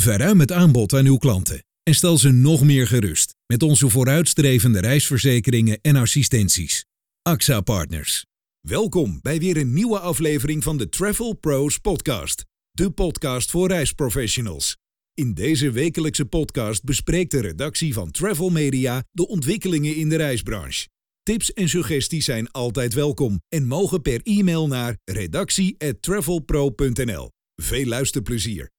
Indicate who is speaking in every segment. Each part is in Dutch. Speaker 1: Verruim het aanbod aan uw klanten en stel ze nog meer gerust met onze vooruitstrevende reisverzekeringen en assistenties. AXA Partners. Welkom bij weer een nieuwe aflevering van de Travel Pros Podcast, de podcast voor reisprofessionals. In deze wekelijkse podcast bespreekt de redactie van Travel Media de ontwikkelingen in de reisbranche. Tips en suggesties zijn altijd welkom en mogen per e-mail naar redactie@travelpro.nl. Veel luisterplezier.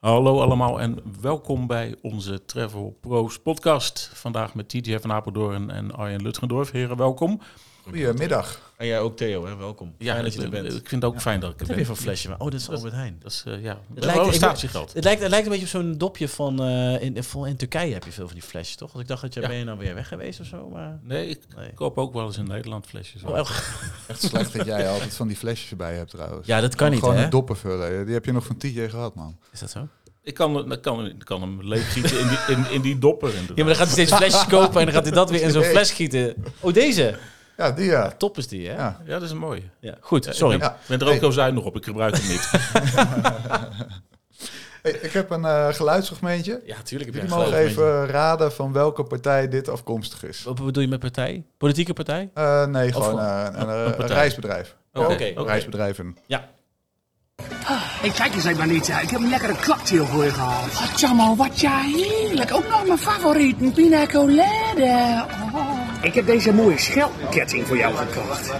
Speaker 2: Hallo allemaal en welkom bij onze Travel Pro's podcast. Vandaag met TJ van Apeldoorn en Arjen Lutgendorf. Heren, welkom.
Speaker 3: Goedemiddag.
Speaker 4: En jij ook Theo, hè? welkom.
Speaker 2: Ja,
Speaker 4: Fijn dat je er
Speaker 2: ik-
Speaker 4: bent.
Speaker 2: Ik vind het ook fijn dat ik er ben.
Speaker 4: Wat heb je voor flesje? Maar- Oh, dit is Albert Heijn.
Speaker 2: Dat is, eh, ja, het
Speaker 4: lijkt-
Speaker 2: lijkt
Speaker 4: ik-
Speaker 2: statiegeld.
Speaker 4: Het lijkt, het lijkt een beetje op zo'n dopje van... eh, in, in, in Turkije heb je veel van die flesjes, toch? Want ik dacht dat jij
Speaker 2: Ja.
Speaker 4: ben je nou weer weg geweest of zo, maar...
Speaker 2: Nee, ik
Speaker 4: Nee.
Speaker 2: koop ook wel eens in Nederland flesjes.
Speaker 4: Oh, echt?
Speaker 3: Echt slecht dat jij altijd van die flesjes bij hebt trouwens.
Speaker 4: ja, dat kan niet,
Speaker 3: Gewoon
Speaker 4: hè?
Speaker 3: een doppen vullen. Die heb je nog van TJ gehad, man.
Speaker 4: Is dat zo?
Speaker 2: Ik kan, ik kan, ik kan hem leeggieten in die, in, in die dopper. inderdaad.
Speaker 4: Ja, maar dan gaat hij steeds flesjes kopen en dan gaat hij dat weer in zo'n
Speaker 3: Nee.
Speaker 4: fles schieten. Oh, deze?
Speaker 3: Ja, die ja.
Speaker 4: Top is die, hè? Ja.
Speaker 3: Ja.
Speaker 2: Ja, dat is een mooie.
Speaker 4: Goed,
Speaker 2: Ja,
Speaker 4: sorry.
Speaker 2: Ik ben,
Speaker 3: Ja.
Speaker 2: ik ben er ook
Speaker 3: Hey.
Speaker 2: heel zuinig op. Ik gebruik hem niet.
Speaker 3: Hey, ik heb een eh geluidsfragmentje.
Speaker 4: Ja, tuurlijk heb
Speaker 3: Jullie
Speaker 4: je
Speaker 3: mogen
Speaker 4: geloof.
Speaker 3: even raden van welke partij dit afkomstig is.
Speaker 4: Wat bedoel je met partij? Politieke partij?
Speaker 3: Eh, nee, gewoon
Speaker 4: gewoon-
Speaker 3: eh, een, eh,
Speaker 2: partij.
Speaker 3: reisbedrijf.
Speaker 2: Oké,
Speaker 3: Ja,
Speaker 4: oké.
Speaker 3: Reisbedrijven.
Speaker 4: Ja.
Speaker 5: Hey, kijk eens even niet. Ik heb een lekkere cocktail voor je gehaald. Wat jammer, wat ja, heerlijk. Ook nog mijn favoriet, een pina colada. Oh. Ik heb deze mooie schelpketting voor jou gekocht.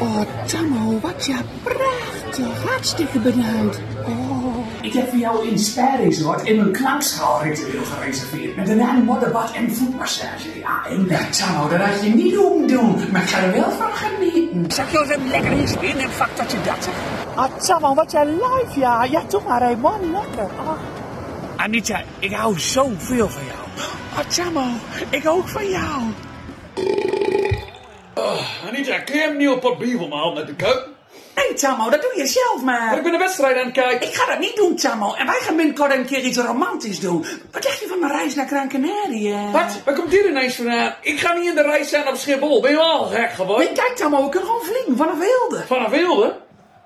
Speaker 6: Oh, Tammo, wat ja prachtig. Hartstikke bedankt. Oh.
Speaker 5: Ik heb voor jou een spa-resort in een klankschaalritueel gereserveerd. Met daarna een modderbad en voetmassage. Ja, en dat Tammo, dat had je niet doen doen. Maar ik ga er wel van genieten. Zeg jou eens lekker eens in en vak dat je dat zegt.
Speaker 6: Ah, Tammo, wat ja live, ja. Ja, toch maar, hè, man. Lekker. Ah.
Speaker 5: Anita, ik hou zoveel van jou. Oh, Tammo, ik ook van jou.
Speaker 7: Anita, kun je hem niet op papier voor me halen uit de keuken?
Speaker 5: Nee, Tammo, dat doe je zelf maar.
Speaker 7: Maar ik ben de wedstrijd aan het kijken.
Speaker 5: Ik ga dat niet doen, Tammo. En wij gaan binnenkort een keer iets romantisch doen. Wat dacht je van mijn reis naar Gran Canaria?
Speaker 7: Wat? Waar komt dit ineens vandaan? Ik ga niet in de rij staan op Schiphol. Ben je wel gek
Speaker 5: Hoi,
Speaker 7: geworden?
Speaker 5: kijk, Tammo, ik kan gewoon vliegen vanaf Wilde.
Speaker 7: Vanaf Wilde?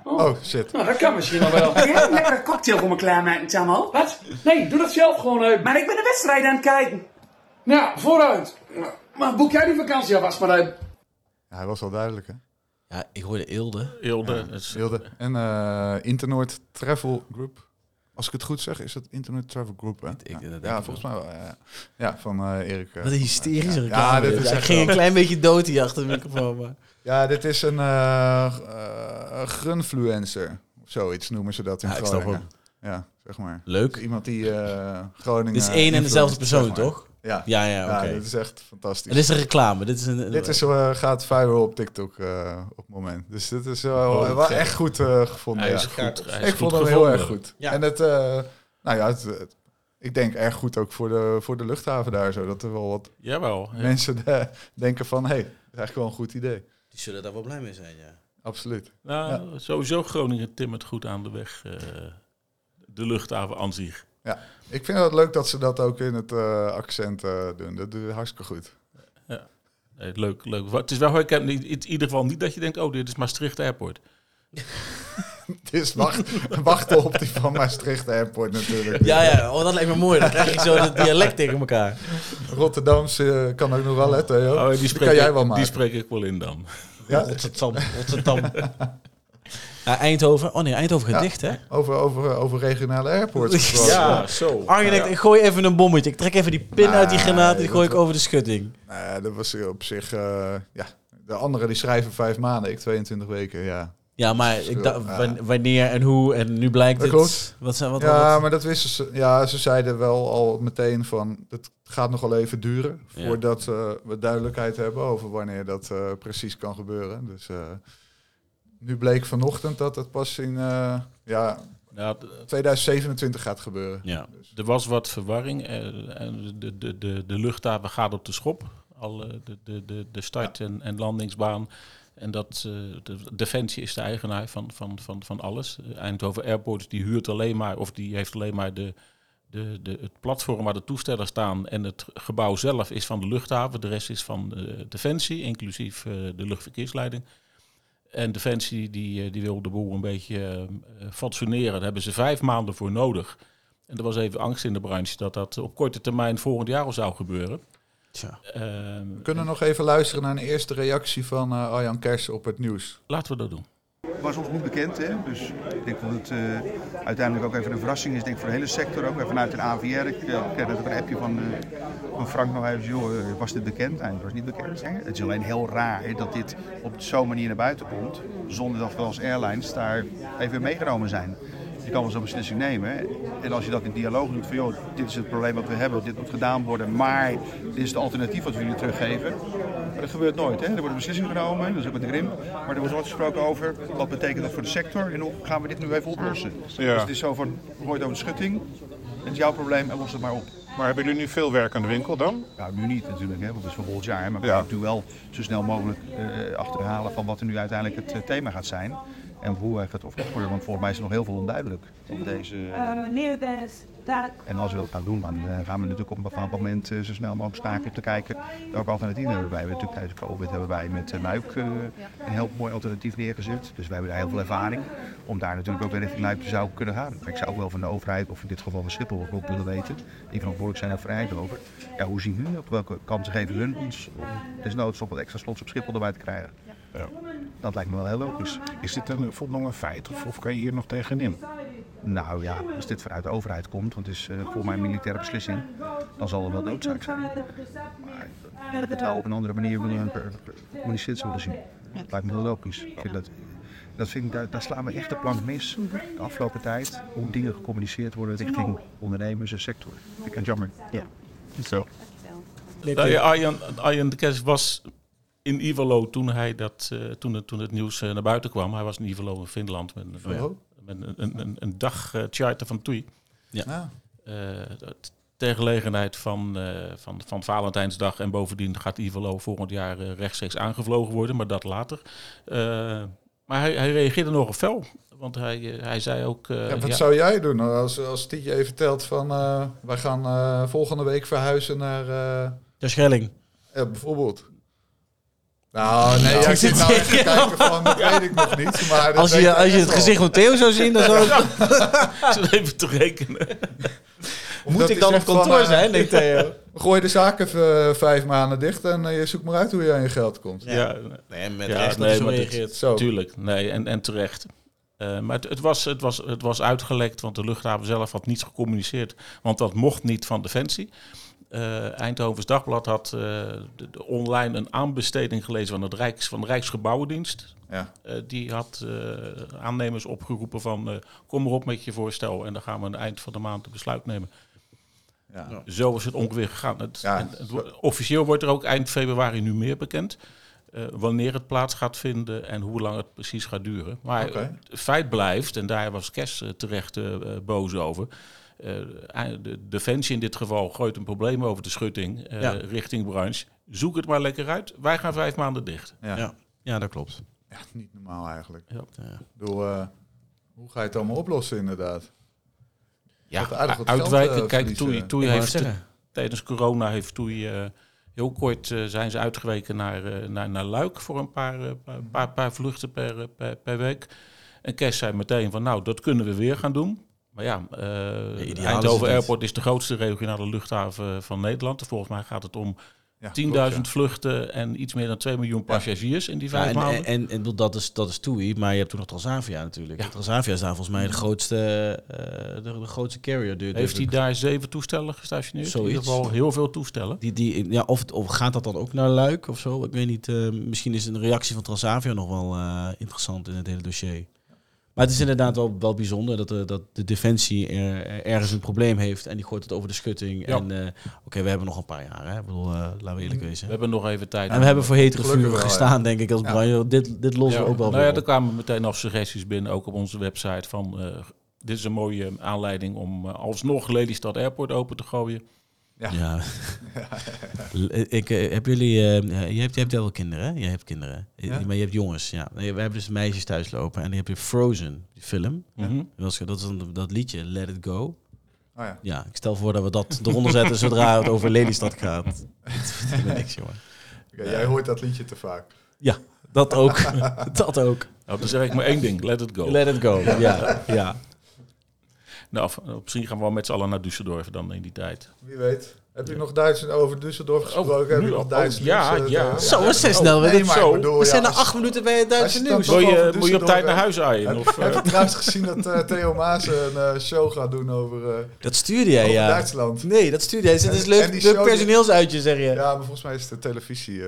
Speaker 3: Oh, shit.
Speaker 7: Nou, dat kan misschien nog wel.
Speaker 5: Kun jij een lekkere cocktail voor me klaarmaken, Tammo?
Speaker 7: Wat? Nee, doe dat zelf gewoon eh, even.
Speaker 5: Maar ik ben de wedstrijd aan het kijken.
Speaker 7: Nou, vooruit. Maar nou, boek jij die vakantie alvast maar even.
Speaker 3: Ja, hij was al duidelijk, hè?
Speaker 4: Ja, ik hoorde Ilde.
Speaker 2: Hilde. dat is-
Speaker 3: Wilde. En eh Internoord Travel Group. Als ik het goed zeg, is dat Internoord Travel Group, hè?
Speaker 4: ik- dat
Speaker 3: ja,
Speaker 4: denk
Speaker 3: ja,
Speaker 4: ik
Speaker 3: volgens mij wel. Ja, ja van eh, Erik. eh,
Speaker 4: Wat een
Speaker 3: ja.
Speaker 4: hysterische reclame.
Speaker 3: Ja, dit is
Speaker 4: ik
Speaker 3: echt
Speaker 4: ging
Speaker 3: wel.
Speaker 4: een klein beetje dood hier achter de microfoon, maar...
Speaker 3: Ja, dit is een eh eh, grunfluencer. Of zoiets noemen ze dat in
Speaker 4: Ja, ik snap
Speaker 3: Groningen. Ja, zeg maar.
Speaker 4: Leuk.
Speaker 3: Dus iemand die eh, Groningen...
Speaker 4: Dit is één en
Speaker 3: influenced, zeg
Speaker 4: dezelfde persoon,
Speaker 3: maar.
Speaker 4: toch?
Speaker 3: Ja, ja,
Speaker 4: Ja, ja, oké.
Speaker 3: dit is echt fantastisch.
Speaker 4: Dit is een reclame. Dit is een,
Speaker 3: Dit is, eh, gaat viral op TikTok eh, op het moment. Dus dit is wel,
Speaker 2: Oh,
Speaker 3: wel
Speaker 2: gek.
Speaker 3: echt goed eh, gevonden.
Speaker 2: Hij is
Speaker 3: ja.
Speaker 2: goed. Hij is
Speaker 3: ik
Speaker 2: goed
Speaker 3: vond hem heel
Speaker 2: gevonden.
Speaker 3: erg goed.
Speaker 4: Ja.
Speaker 3: En het, eh, nou ja, het, het- ik denk erg goed ook voor de, voor de luchthaven daar zo. Dat er wel wat
Speaker 2: Jawel. ja.
Speaker 3: mensen eh, denken van, hé, hey, dat is eigenlijk wel een goed idee.
Speaker 4: Die zullen daar wel blij mee zijn, ja.
Speaker 3: Absoluut.
Speaker 2: Nou, sowieso Groningen timmert goed aan de weg. eh, de luchthaven aan zich.
Speaker 3: Ja, ik vind het leuk dat ze dat ook in het eh, accent eh, doen. Dat doet hartstikke goed.
Speaker 2: Nee, leuk, leuk. Het is wel, ik heb niet, in ieder geval niet dat je denkt, oh, dit is Maastricht Airport.
Speaker 3: Dus wacht, wachten op die van Maastricht Airport natuurlijk.
Speaker 4: Ja, ja. Oh, dat lijkt me mooi. Dan krijg je zo dat dialect tegen elkaar.
Speaker 3: Rotterdamse eh, kan ook nog wel, hè, Theo?
Speaker 2: Oh,
Speaker 3: die kan jij
Speaker 2: ik,
Speaker 3: wel
Speaker 2: die
Speaker 3: maken.
Speaker 2: spreek ik wel in dan.
Speaker 3: Ja.
Speaker 4: Rotterdam. Rotterdam. Ja, Eindhoven. Oh nee, Eindhoven gaat
Speaker 3: Ja.
Speaker 4: dicht, hè?
Speaker 3: Over, over, over regionale airports. gesproken.
Speaker 4: Ja,
Speaker 2: zo.
Speaker 4: Arjen denkt, ik gooi even een bommetje. Ik trek even die pin uit die granaat en die gooi ik over de schutting.
Speaker 3: Nou, dat was op zich... eh, ja, de anderen die schrijven vijf maanden, ik 22 weken, ja.
Speaker 4: Ja, maar ik dacht, wan- wanneer en hoe en nu blijkt
Speaker 3: Dat
Speaker 4: het...
Speaker 3: klopt.
Speaker 4: Wat zijn wat?
Speaker 3: Ja,
Speaker 4: wat-
Speaker 3: maar dat wisten ze. Ja, ze zeiden wel al meteen van... Het gaat nog wel even duren
Speaker 4: Ja.
Speaker 3: voordat eh, we duidelijkheid hebben over wanneer dat eh, precies kan gebeuren. Dus eh, nu bleek vanochtend dat het pas in eh, ja,
Speaker 2: Nou, d-
Speaker 3: 2027 gaat gebeuren.
Speaker 4: Ja.
Speaker 2: er was wat verwarring. eh, en de, de, de, de luchthaven gaat op de schop. Alle, de, de, de, de start- en, en landingsbaan. En dat, eh, de, Defensie is de eigenaar van, van, van, van alles. Eindhoven Airport die huurt alleen maar, of die heeft alleen maar de, de, de, het platform waar de toestellen staan. En het gebouw zelf is van de luchthaven. De rest is van eh, Defensie, inclusief eh, de luchtverkeersleiding. En Defensie die, eh, die wil de boel een beetje eh, fatsoeneren. Daar hebben ze vijf maanden voor nodig. En er was even angst in de branche dat dat op korte termijn volgend jaar al zou gebeuren.
Speaker 4: Tja.
Speaker 2: Ehm,
Speaker 3: We kunnen nog even luisteren naar een eerste reactie van eh, Arjan Kers op het nieuws.
Speaker 2: laten we dat doen.
Speaker 8: was ons niet bekend. Hè? Dus ik denk dat het eh, uiteindelijk ook even een verrassing is denk ik, voor de hele sector. Ook en vanuit de AVR. Ik eh, kreeg net ook een appje van, eh, van Frank nog even. Joh, eh, was dit bekend? Nee, het was niet bekend. Hè? Het is alleen heel raar hè, dat dit op zo'n manier naar buiten komt. Zonder dat we als airlines daar even in meegenomen zijn. Je kan wel zo'n beslissing nemen. hè. En als je dat in dialoog doet van joh, dit is het probleem wat we hebben, dit moet gedaan worden, maar dit is het alternatief wat we jullie teruggeven. Maar dat gebeurt nooit. Hè? Er wordt een beslissing genomen, dat is ook met de RIM. Maar er wordt nooit gesproken over wat betekent dat voor de sector en hoe gaan we dit nu even oplossen. Dus het is zo van, gooi het over de schutting, het is jouw probleem en los het maar op.
Speaker 9: Maar hebben jullie nu veel werk aan de winkel dan?
Speaker 8: Nou, nu niet natuurlijk, hè, want het is voor volgend jaar. hè, Maar we
Speaker 9: Ja.
Speaker 8: moeten nu wel zo snel mogelijk eh, achterhalen van wat er nu uiteindelijk het eh, thema gaat zijn. En hoe eh, gaat opgelost worden, want volgens mij is er nog heel veel onduidelijk op deze...
Speaker 10: Meneer Dennis, dadelijk
Speaker 8: En als we dat gaan doen, dan eh, gaan we natuurlijk op een bepaald moment eh, zo snel mogelijk staken te kijken welke alternatieven hebben wij. We hebben natuurlijk tijdens COVID hebben wij met eh, Luik eh, een heel mooi alternatief neergezet. Dus wij hebben daar heel veel ervaring om daar natuurlijk ook weer richting Luik te zou kunnen gaan. Maar ik zou ook wel van de overheid, of in dit geval van Schiphol, ook willen weten, die verantwoordelijk zijn daar voor Eindhoven. Ja, hoe zien hun, op welke kansen geven hun ons om desnoods nog wat extra slots op Schiphol erbij te krijgen. Dat lijkt me wel heel logisch.
Speaker 9: Is dit dan bijvoorbeeld nog een feit of, of kan je hier nog tegenin?
Speaker 8: Nou ja, als dit vanuit de overheid komt, want het is eh voor mij een militaire beslissing, dan zal er wel noodzaak zijn. Maar dat het wel op een andere manier willen per- per- communiceerd zullen zien. Dat lijkt me heel logisch. Ik vind dat, dat vind ik, daar, daar slaan we echt de plank mis de afgelopen tijd, hoe dingen gecommuniceerd worden richting ondernemers en sector. Ik vind het jammer.
Speaker 9: Zo.
Speaker 2: Nou ja, Arjan, Arjan de Kers was in Ivalo toen, hij dat, eh, toen, het, toen het nieuws eh, naar buiten kwam. Hij was in Ivalo in Finland met, een-
Speaker 3: Ivalo?
Speaker 2: met een, een, een, een dag eh, charter van Toei.
Speaker 3: Ja.
Speaker 2: Eh, dat- ter gelegenheid van, eh, van, van Valentijnsdag. En bovendien gaat Ivalo volgend jaar eh, rechtstreeks aangevlogen worden, maar dat later. Eh, maar hij, hij reageerde nogal fel. Want hij, eh, hij zei ook... eh,
Speaker 3: Ja, wat
Speaker 2: ja,
Speaker 3: zou jij doen als, als Tietje even vertelt van eh, wij gaan eh, volgende week verhuizen naar eh,
Speaker 4: De Schelling.
Speaker 3: ja, Eh, bijvoorbeeld. Nou, nee, ja, ik zit nou echt te kijken van, dat weet ik nog niet. Maar dat
Speaker 4: Als
Speaker 3: weet
Speaker 4: je,
Speaker 3: ik
Speaker 4: als je
Speaker 3: echt
Speaker 4: het
Speaker 3: wel.
Speaker 4: gezicht van Theo zou zien, dan zou
Speaker 2: Zullen we even te rekenen.
Speaker 3: Of dat
Speaker 4: moet ik
Speaker 3: is
Speaker 4: dan op
Speaker 3: echt van,
Speaker 4: kantoor
Speaker 3: eh,
Speaker 4: zijn, denkt Theo.
Speaker 3: Gooi de zaak even eh, vijf maanden dicht en eh, je zoekt maar uit hoe je aan je geld komt.
Speaker 2: ja
Speaker 4: Nee, met
Speaker 2: Ja,
Speaker 4: recht dat
Speaker 2: nee,
Speaker 4: hij zo
Speaker 2: maar dit-
Speaker 4: reageert.
Speaker 3: Zo.
Speaker 2: Tuurlijk, nee, en, en terecht. Eh, maar het, het, was, het, was, het was uitgelekt, want de luchthaven zelf had niets gecommuniceerd. Want dat mocht niet van Defensie. Eh Eindhovens Dagblad had eh, de- de online een aanbesteding gelezen van, het Rijks, van de Rijksgebouwendienst.
Speaker 3: Ja.
Speaker 2: Eh, die had eh, aannemers opgeroepen van eh, kom erop met je voorstel en dan gaan we aan het eind van de maand een besluit nemen.
Speaker 3: Ja.
Speaker 2: Zo is het ongeveer gegaan. Het,
Speaker 3: Ja.
Speaker 2: en het wo- officieel wordt er ook eind februari nu meer bekend. eh, wanneer het plaats gaat vinden en hoe lang het precies gaat duren. Maar
Speaker 3: Oké.
Speaker 2: eh, het feit blijft, en daar was Kes eh, terecht eh, eh, boos over. eh, ei- de Defensie in dit geval gooit een probleem over de schutting eh,
Speaker 4: Ja.
Speaker 2: richting branche. Zoek het maar lekker uit. Wij gaan vijf maanden dicht.
Speaker 4: Ja. ja, dat klopt.
Speaker 3: Ja, niet normaal eigenlijk.
Speaker 2: Ja.
Speaker 3: Ik bedoel, eh, hoe ga je het allemaal oplossen inderdaad?
Speaker 2: Ja, nou,
Speaker 3: Dat aardig wat
Speaker 2: uitwijken.
Speaker 3: geld, eh,
Speaker 2: Kijk,
Speaker 3: verliezen.
Speaker 2: Toei, Toei
Speaker 4: Ik wou
Speaker 2: heeft
Speaker 4: het zeggen.
Speaker 2: tijdens corona heeft Toei eh, heel kort eh, zijn ze uitgeweken naar, eh, naar, naar Luik voor een paar, eh, pa- paar, paar vluchten per, eh, per, per week. En Kes zei meteen van nou, dat kunnen we weer gaan doen. Maar ja, eh,
Speaker 4: ideaal is het
Speaker 2: Eindhoven
Speaker 4: niet.
Speaker 2: Airport is de grootste regionale luchthaven eh, van Nederland. Volgens mij gaat het om
Speaker 3: Ja,
Speaker 2: 10.000
Speaker 3: klopt,
Speaker 2: vluchten en iets meer dan 2 miljoen passagiers in die
Speaker 4: Ja,
Speaker 2: vijf
Speaker 4: en,
Speaker 2: maanden.
Speaker 4: en, en, ik bedoel, dat is, dat is TUI, maar je hebt toen nog Transavia natuurlijk. Transavia is daar volgens mij de grootste, eh, de, de grootste carrier. durf-
Speaker 2: heeft hij
Speaker 4: durf ik-
Speaker 2: daar zeven toestellen gestationeerd? In
Speaker 4: Zoiets.
Speaker 2: ieder geval heel veel toestellen.
Speaker 4: Die, die, ja, of, of gaat dat dan ook naar Luik of zo? Ik weet niet. eh, misschien is een reactie van Transavia nog wel eh, interessant in het hele dossier. Maar het is inderdaad wel, wel bijzonder dat, de- dat de defensie eh, ergens een probleem heeft en die gooit het over de schutting.
Speaker 2: Ja.
Speaker 4: En eh, oké, we hebben nog een paar jaar. Hè? Ik bedoel, eh, laten we eerlijk wezen.
Speaker 2: We hebben nog even tijd.
Speaker 4: En we hebben voor hetere
Speaker 3: Gelukkig
Speaker 4: vuren
Speaker 3: wel, ja.
Speaker 4: gestaan, denk ik, als Brian. Dit, dit lossen we ook wel
Speaker 2: nou ja,
Speaker 4: weer
Speaker 2: er
Speaker 4: op.
Speaker 2: kwamen meteen af suggesties binnen, ook op onze website, van eh, dit is een mooie aanleiding om eh, alsnog Lelystad Airport open te gooien.
Speaker 4: Ja. ik, eh, heb jullie, eh, je, hebt, je hebt heel veel kinderen, hè? Je hebt kinderen.
Speaker 3: Ja.
Speaker 4: Maar je hebt jongens, ja. Nee, We hebben dus meisjes thuis lopen en die heb je Frozen, die film.
Speaker 2: Mhm.
Speaker 4: Dat is, dat, is dan dat liedje, Let It Go.
Speaker 3: ja. Oh ja.
Speaker 4: Ja, ik stel voor dat we dat eronder zetten zodra het over Lelystad gaat. Dat vind ik niks, jongen.
Speaker 3: Oké, jij hoort dat liedje te vaak.
Speaker 4: Ja, Dat ook. dat ook.
Speaker 2: Nou, dan zeg ik maar één ding. Let it go.
Speaker 4: Let it go. Ja, ja.
Speaker 2: Nou, of- of misschien gaan we wel met z'n allen naar Düsseldorf dan in die tijd.
Speaker 3: Wie weet. Heb je nog Duits over Düsseldorf gesproken?
Speaker 2: Oh,
Speaker 3: Heb
Speaker 2: nu
Speaker 3: je nog
Speaker 2: al?
Speaker 3: Duits
Speaker 2: Oh, ja,
Speaker 3: nieuws, eh,
Speaker 2: ja.
Speaker 3: daar?
Speaker 4: Zo, we zijn snel.
Speaker 3: Oh, nee,
Speaker 4: We,
Speaker 3: maar ik bedoel,
Speaker 4: we
Speaker 3: ja,
Speaker 4: zijn na
Speaker 3: als-
Speaker 4: acht minuten bij het
Speaker 3: als
Speaker 4: Duitse
Speaker 3: je dan
Speaker 4: nieuws.
Speaker 3: toch
Speaker 2: Moet je,
Speaker 3: over
Speaker 2: moet je op
Speaker 3: Düsseldorf
Speaker 2: tijd naar
Speaker 3: hebt.
Speaker 2: huis aaien?
Speaker 3: Heb,
Speaker 2: Of,
Speaker 3: heb
Speaker 2: eh,
Speaker 3: je trouwens gezien dat eh, Theo Maas een eh, show gaat doen over... eh
Speaker 4: Dat stuurde jij,
Speaker 3: Over
Speaker 4: ja.
Speaker 3: Duitsland.
Speaker 4: Nee, dat stuurde jij. Dat
Speaker 3: En-
Speaker 4: is dus
Speaker 3: en die
Speaker 4: leuk.
Speaker 3: show
Speaker 4: Leuk
Speaker 3: die-
Speaker 4: personeelsuitje, zeg je.
Speaker 3: ja, maar
Speaker 4: Nou,
Speaker 3: volgens mij is het een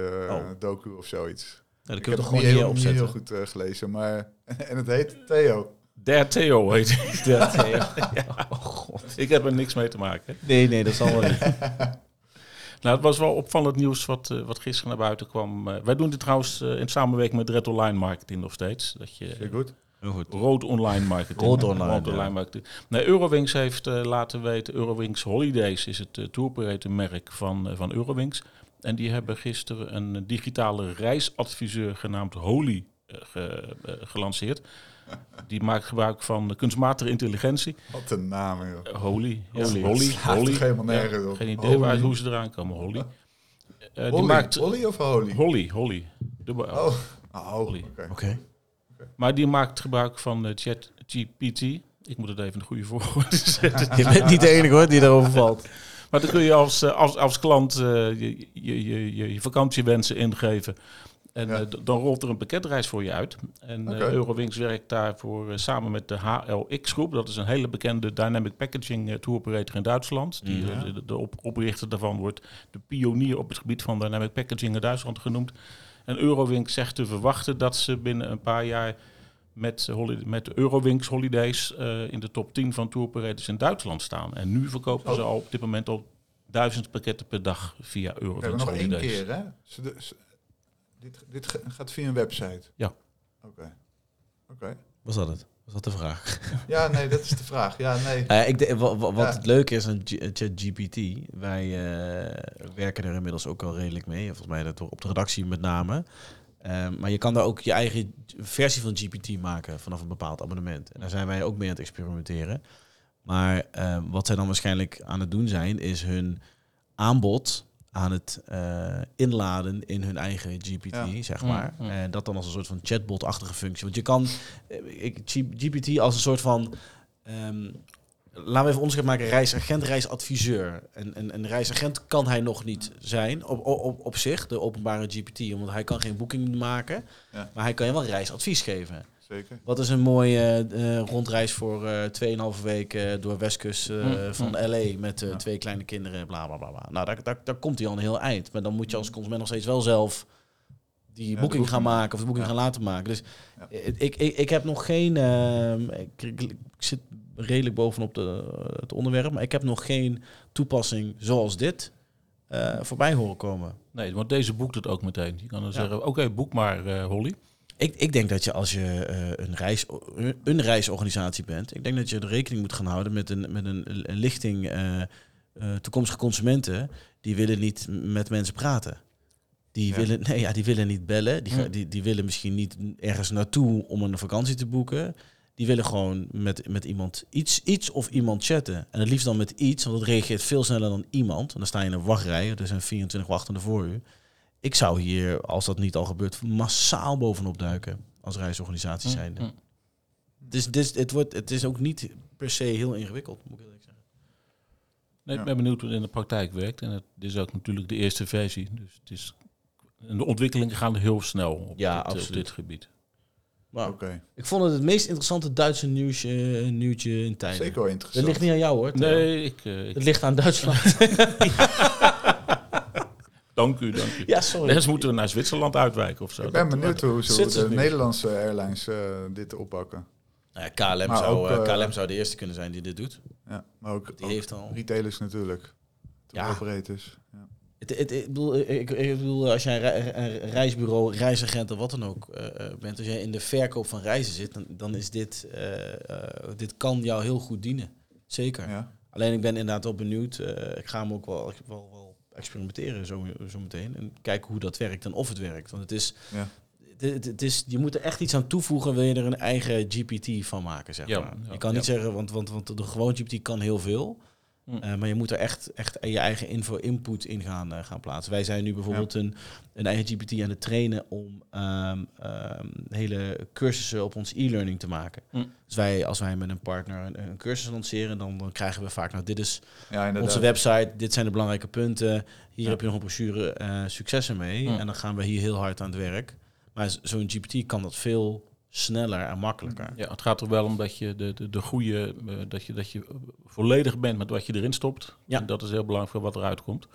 Speaker 3: televisie-docu of zoiets.
Speaker 4: dat
Speaker 3: Ik heb
Speaker 4: kunnen we
Speaker 3: het
Speaker 4: toch gewoon
Speaker 3: niet
Speaker 4: hier
Speaker 3: heel, niet heel
Speaker 4: opzetten.
Speaker 3: goed eh, gelezen, maar... En het heet Theo.
Speaker 2: Der Theo heet hij.
Speaker 4: Ja, nee, ja.
Speaker 2: Ik heb er niks mee te maken.
Speaker 4: Oh, nee, nee, dat zal wel niet.
Speaker 2: Nou, het was wel opvallend nieuws wat, eh, wat gisteren naar buiten kwam. Eh, wij doen dit trouwens eh, in samenwerking met Red Online Marketing nog steeds. Dat je
Speaker 3: Zeer goed.
Speaker 4: Heel goed.
Speaker 2: Rood online marketing.
Speaker 4: Rood online, ja.
Speaker 2: marketing. Nee, Eurowings heeft eh, laten weten, Eurowings Holidays is het eh, tour operator merk van, eh, van Eurowings. En die hebben gisteren een digitale reisadviseur genaamd Holy eh, ge- eh, gelanceerd. Die maakt gebruik van kunstmatige intelligentie.
Speaker 3: Wat een naam, joh.
Speaker 2: Eh, Holy. Ja, Holy.
Speaker 3: Het slaat
Speaker 2: Holy.
Speaker 3: toch helemaal
Speaker 2: Ja,
Speaker 3: nergens op.
Speaker 2: geen idee
Speaker 3: Holy.
Speaker 2: waar, hoe ze eraan komen, Holy. Eh, die
Speaker 3: Holly.
Speaker 2: maakt
Speaker 3: Holly of Holy?
Speaker 2: Holly, Holly. Dubbel L.
Speaker 3: Oh, oh
Speaker 2: Holly.
Speaker 3: oké.
Speaker 4: Oké.
Speaker 2: Maar die maakt gebruik van eh, ChatGPT. Ik moet het even in de goede volgorde zetten.
Speaker 4: Je bent niet de enige hoor die erover valt.
Speaker 2: Maar dan kun je als, eh, als, als klant eh, je, je, je, je, je vakantiewensen ingeven. En
Speaker 3: Ja.
Speaker 2: eh, d- dan rolt er een pakketreis voor je uit. En eh,
Speaker 3: Oké.
Speaker 2: Eurowings werkt daarvoor eh, samen met de HLX-groep. Dat is een hele bekende dynamic packaging eh, tour operator in Duitsland. Die, eh, de, de op- oprichter daarvan wordt de pionier op het gebied van dynamic packaging in Duitsland genoemd. En Eurowings zegt te verwachten dat ze binnen een paar jaar met, holi- met Eurowings Holidays eh, in de top 10 van tour operators in Duitsland staan. En nu verkopen
Speaker 3: Oh.
Speaker 2: ze al op dit moment al duizend pakketten per dag via
Speaker 3: We hebben
Speaker 2: Eurowings
Speaker 3: nog één
Speaker 2: Holidays.
Speaker 3: keer, hè? Ze- de- ze- dit, dit ge- gaat via een website?
Speaker 2: Ja.
Speaker 3: Oké. Oké.
Speaker 4: Was dat het? Was dat de vraag?
Speaker 3: Ja, nee, dat is de vraag. Ja, nee.
Speaker 4: Eh, ik denk, wa- wa- wat
Speaker 3: Ja.
Speaker 4: het leuke is aan G- eh, ChatGPT, wij eh, werken er inmiddels ook al redelijk mee. Volgens mij dat op de redactie met name. Eh, maar je kan daar ook je eigen versie van GPT maken vanaf een bepaald abonnement. En daar zijn wij ook mee aan het experimenteren. Maar eh, wat zij dan waarschijnlijk aan het doen zijn, is hun aanbod aan het eh, inladen in hun eigen GPT,
Speaker 3: Ja.
Speaker 4: zeg maar.
Speaker 2: Mm, mm.
Speaker 4: En dat dan als een soort van chatbot-achtige functie. Want je kan eh, ik, G- GPT als een soort van Ehm, laten we even onderscheid maken. Reisagent, reisadviseur. En, en, en reisagent kan hij nog niet zijn op, op- op, op zich, de openbare GPT. Want hij kan geen boeking maken.
Speaker 3: Ja.
Speaker 4: Maar hij kan je wel reisadvies geven.
Speaker 3: Zeker.
Speaker 4: Wat is een mooie eh, eh, rondreis voor eh 2,5 weken door Westkust eh,
Speaker 3: Mm,
Speaker 4: van LA met eh, twee kleine kinderen, bla bla bla. bla. Nou, daar, daar, daar komt hij al een heel eind. Maar dan moet je als consument nog steeds wel zelf die
Speaker 3: de
Speaker 4: boeking gaan
Speaker 3: boeking.
Speaker 4: maken of de boeking gaan laten maken. Dus eh, ik, ik, ik heb nog geen. ehm, ik, ik- ik zit redelijk bovenop de, het onderwerp, maar ik heb nog geen toepassing zoals dit eh, voorbij horen komen.
Speaker 2: Nee, want deze boekt het ook meteen. Je kan dan zeggen, oké, boek maar eh, Holly.
Speaker 4: Ik, ik denk dat je als je eh, een, reis, een reisorganisatie bent, ik denk dat je er rekening moet gaan houden met een, met een, een lichting eh, eh, toekomstige consumenten. Die willen niet m- met mensen praten. Die,
Speaker 3: Ja.
Speaker 4: willen, nee, ja, die willen niet bellen. Die, ga- die, die willen misschien niet ergens naartoe om een vakantie te boeken. Die willen gewoon met, met iemand iets, iets of iemand chatten. En het liefst dan met iets, want dat reageert veel sneller dan iemand. En dan sta je in een wachtrij, er zijn 24 wachtenden voor u. Ik zou hier, als dat niet al gebeurt, massaal bovenop duiken als reisorganisatie zijnde.
Speaker 2: mm.
Speaker 4: Dus, dus het, wordt, het is ook niet per se heel ingewikkeld, moet ik eerlijk zeggen.
Speaker 2: Nee,
Speaker 3: Ja.
Speaker 2: ik ben benieuwd hoe het in de praktijk werkt. En het is ook natuurlijk de eerste versie. Dus het is, en de ontwikkelingen gaan heel snel op,
Speaker 4: Ja,
Speaker 2: dit, op
Speaker 4: absoluut.
Speaker 2: dit gebied.
Speaker 4: Maar
Speaker 3: Oké.
Speaker 4: ik vond het het meest interessante Duitse nieuwsje, nieuwtje in tijden.
Speaker 3: Zeker wel
Speaker 4: Dat
Speaker 3: interessant.
Speaker 4: ligt niet aan jou hoor. Theo.
Speaker 2: Nee, ik, eh, ik-
Speaker 4: Het ligt aan Duitsland.
Speaker 2: dank u, dank u.
Speaker 4: ja, sorry.
Speaker 2: Anders moeten we naar Zwitserland uitwijken of zo.
Speaker 3: Ik ben
Speaker 2: Dat-
Speaker 3: benieuwd hoe ze hoe
Speaker 4: Zit ze
Speaker 3: de
Speaker 4: nu?
Speaker 3: Nederlandse airlines eh, dit oppakken.
Speaker 4: Nou ja, KLM,
Speaker 3: Maar
Speaker 4: zou,
Speaker 3: ook,
Speaker 4: eh,
Speaker 3: eh,
Speaker 4: KLM zou de eerste kunnen zijn die dit doet.
Speaker 3: Ja, maar ook,
Speaker 4: Die
Speaker 3: ook
Speaker 4: heeft al.
Speaker 3: retailers natuurlijk. De
Speaker 4: Ja.
Speaker 3: operators. Ja.
Speaker 4: Het, het, ik, bedoel, ik, ik bedoel, als jij een re- een reisbureau, reisagent of wat dan ook eh, eh, bent, als jij in de verkoop van reizen zit, dan, dan is dit, eh, eh, dit kan jou heel goed dienen. Zeker.
Speaker 3: Ja.
Speaker 4: Alleen ik ben inderdaad wel benieuwd. eh, ik ga hem ook wel, wel, wel experimenteren zo, zo meteen. En kijken hoe dat werkt en of het werkt. Want het is,
Speaker 3: Ja.
Speaker 4: het, het- het is, je moet er echt iets aan toevoegen, wil je er een eigen GPT van maken, zeg
Speaker 2: Ja,
Speaker 4: maar.
Speaker 2: ja, Mm.
Speaker 4: je kan niet zeggen, want, want, want de gewoon GPT kan heel veel. Eh, maar je moet er echt, echt je eigen info-input in gaan, eh, gaan plaatsen. Wij zijn nu bijvoorbeeld een, een eigen GPT aan het trainen om ehm, ehm, hele cursussen op ons e-learning te maken.
Speaker 2: Hm.
Speaker 4: Dus wij, als wij met een partner een, een cursus lanceren, dan, dan krijgen we vaak, nou dit is
Speaker 3: Ja, inderdaad.
Speaker 4: onze website, dit zijn de belangrijke punten, hier
Speaker 2: Ja.
Speaker 4: heb je nog een brochure, eh successen mee.
Speaker 2: Hm.
Speaker 4: En dan gaan we hier heel hard aan het werk. Maar z- zo'n GPT kan dat veel sneller en makkelijker.
Speaker 2: Ja, het gaat er wel om dat je de, de, de goede, eh, dat je, dat je volledig bent met wat je erin stopt.
Speaker 4: Ja.
Speaker 2: En dat is heel belangrijk voor wat eruit komt.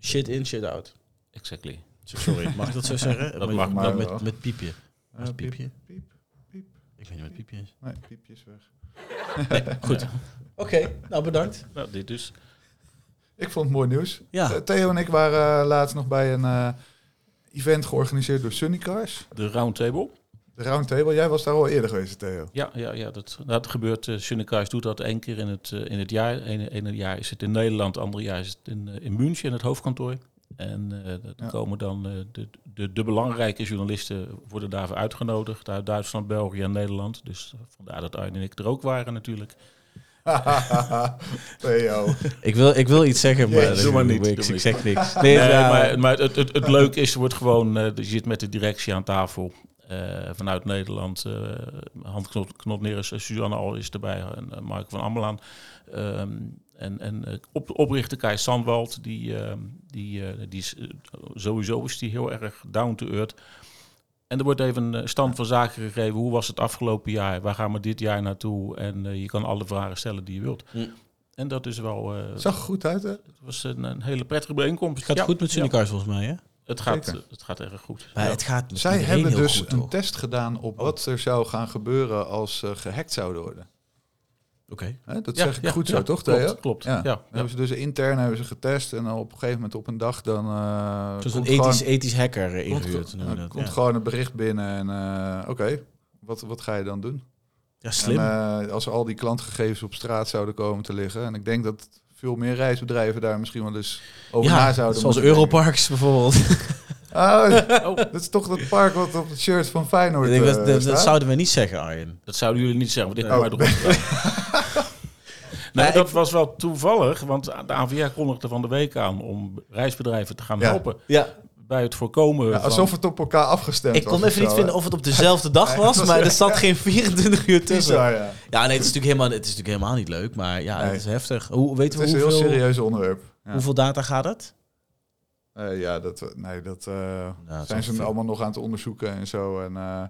Speaker 4: Shit in, shit out.
Speaker 2: Exactly.
Speaker 4: Sorry, mag ik dat zo zeggen?
Speaker 2: Dat
Speaker 4: Eh, Met-
Speaker 2: mag
Speaker 3: maar
Speaker 4: met,
Speaker 3: wel.
Speaker 4: met, met piepje.
Speaker 3: Eh,
Speaker 4: Met piepje.
Speaker 3: Piep, piep.
Speaker 4: Ik weet niet wat piepje is.
Speaker 3: Nee, piepjes weg.
Speaker 4: Goed. Oké, nou bedankt.
Speaker 2: Nou, dit dus.
Speaker 3: Ik vond het mooi nieuws. Eh,
Speaker 4: Ja,
Speaker 3: Theo en ik waren eh, laatst nog bij een eh, event georganiseerd door Sunny Cars.
Speaker 2: De roundtable.
Speaker 3: De Roundtable. Jij was daar al eerder geweest, Theo.
Speaker 2: Ja, ja, ja dat, dat gebeurt. eh Sunnekruis doet dat één keer in het, eh, in het jaar. Ene, ene jaar is het in Nederland, andere jaar is het in, eh, in München, in het hoofdkantoor. En eh dat
Speaker 3: Ja.
Speaker 2: komen dan eh, de, de, de belangrijke journalisten worden daarvoor uitgenodigd. Uit Duitsland, België en Nederland. Dus vandaar dat Arjen en ik er ook waren natuurlijk.
Speaker 3: Theo.
Speaker 4: ik wil, ik wil iets zeggen, maar
Speaker 3: Jezus. Doe
Speaker 2: maar niet,
Speaker 4: Ik,
Speaker 2: doe
Speaker 4: ik
Speaker 2: maar
Speaker 4: zeg niks.
Speaker 2: Nee,
Speaker 4: Nee, ja,
Speaker 2: maar, maar het, het, het leuke is, er wordt gewoon, eh, je zit met de directie aan tafel. eh, vanuit Nederland, eh Hans Knot, Knotneer is, eh, Suzanne Al is erbij en eh, Mark van Ammelaan. Ehm, en en eh, op, oprichter Kai Sandwald, die, ehm, die, eh, die is, eh, sowieso is die heel erg down to earth. En er wordt even een eh, stand van zaken gegeven. Hoe was het afgelopen jaar? Waar gaan we dit jaar naartoe? En eh, je kan alle vragen stellen die je wilt.
Speaker 4: Hm.
Speaker 2: En dat is wel... eh,
Speaker 3: Zag er goed uit, hè?
Speaker 2: het was een, een hele prettige bijeenkomst.
Speaker 4: het gaat
Speaker 2: Ja,
Speaker 4: goed met
Speaker 2: ja.
Speaker 4: Sunnycars volgens mij, hè?
Speaker 2: Het gaat, eh,
Speaker 3: Zeker.
Speaker 2: het gaat erg goed.
Speaker 4: Maar
Speaker 2: Ja.
Speaker 4: het gaat met
Speaker 3: Zij
Speaker 4: iedereen
Speaker 3: hebben
Speaker 4: heel
Speaker 3: dus
Speaker 4: goed,
Speaker 3: een
Speaker 4: toch? Oh.
Speaker 3: test gedaan op wat er zou gaan gebeuren als ze gehackt zouden worden.
Speaker 4: Oké.
Speaker 3: Hè, dat
Speaker 2: Ja,
Speaker 3: zeg ik
Speaker 2: ja,
Speaker 3: goed
Speaker 2: ja,
Speaker 3: zo, toch,
Speaker 2: klopt,
Speaker 3: Theo?
Speaker 2: klopt.
Speaker 3: Ja.
Speaker 2: Ja,
Speaker 3: Dan
Speaker 2: ja.
Speaker 3: Hebben ze dus intern hebben ze getest en dan op een gegeven moment op een dag dan... eh
Speaker 4: Zoals een
Speaker 3: komt
Speaker 4: ethisch,
Speaker 3: gewoon-
Speaker 4: ethisch hacker eh,
Speaker 3: komt-
Speaker 4: ingehuurd. noemen we
Speaker 3: eh,
Speaker 4: dat,
Speaker 3: komt
Speaker 4: ja.
Speaker 3: gewoon een bericht binnen en eh, oké, wat, wat ga je dan doen?
Speaker 4: Ja, slim.
Speaker 3: En, eh, als al die klantgegevens op straat zouden komen te liggen. En ik denk dat veel meer reisbedrijven daar misschien wel eens over na
Speaker 4: ja,
Speaker 3: zouden
Speaker 4: zoals
Speaker 3: moeten denken.
Speaker 4: Europarks bijvoorbeeld.
Speaker 3: Oh, dat is toch dat park wat op het shirt van Feyenoord
Speaker 4: Ik denk dat,
Speaker 3: eh,
Speaker 4: dat, dat
Speaker 3: staat?
Speaker 4: zouden we niet zeggen, Arjen.
Speaker 2: Dat zouden jullie niet zeggen, want dit
Speaker 3: Oh.
Speaker 2: kwam uit de grond. Nee, dat was wel toevallig, want de AVR kondigde van de week aan om reisbedrijven te gaan
Speaker 3: Ja.
Speaker 2: helpen
Speaker 4: Ja,
Speaker 2: bij het voorkomen
Speaker 3: Ja,
Speaker 2: van...
Speaker 3: alsof het op elkaar afgestemd
Speaker 4: ik
Speaker 3: was.
Speaker 4: kon
Speaker 3: of
Speaker 4: even niet
Speaker 3: zo,
Speaker 4: vinden
Speaker 3: hè?
Speaker 4: of het op dezelfde dag was, maar er zat geen 24 uur tussen.
Speaker 3: Bizar, ja.
Speaker 4: Ja, nee, het is natuurlijk helemaal, het is natuurlijk helemaal niet leuk, maar ja,
Speaker 3: Nee.
Speaker 4: het is heftig. Hoe, weten
Speaker 3: Het
Speaker 4: we
Speaker 3: is een heel
Speaker 4: hoeveel,
Speaker 3: serieus onderwerp. Ja,
Speaker 4: hoeveel data gaat het?
Speaker 3: Eh, ja dat, nee, dat eh,
Speaker 4: dat is
Speaker 3: zijn ze
Speaker 4: ongeveer.
Speaker 3: allemaal nog aan het onderzoeken en zo. En, eh,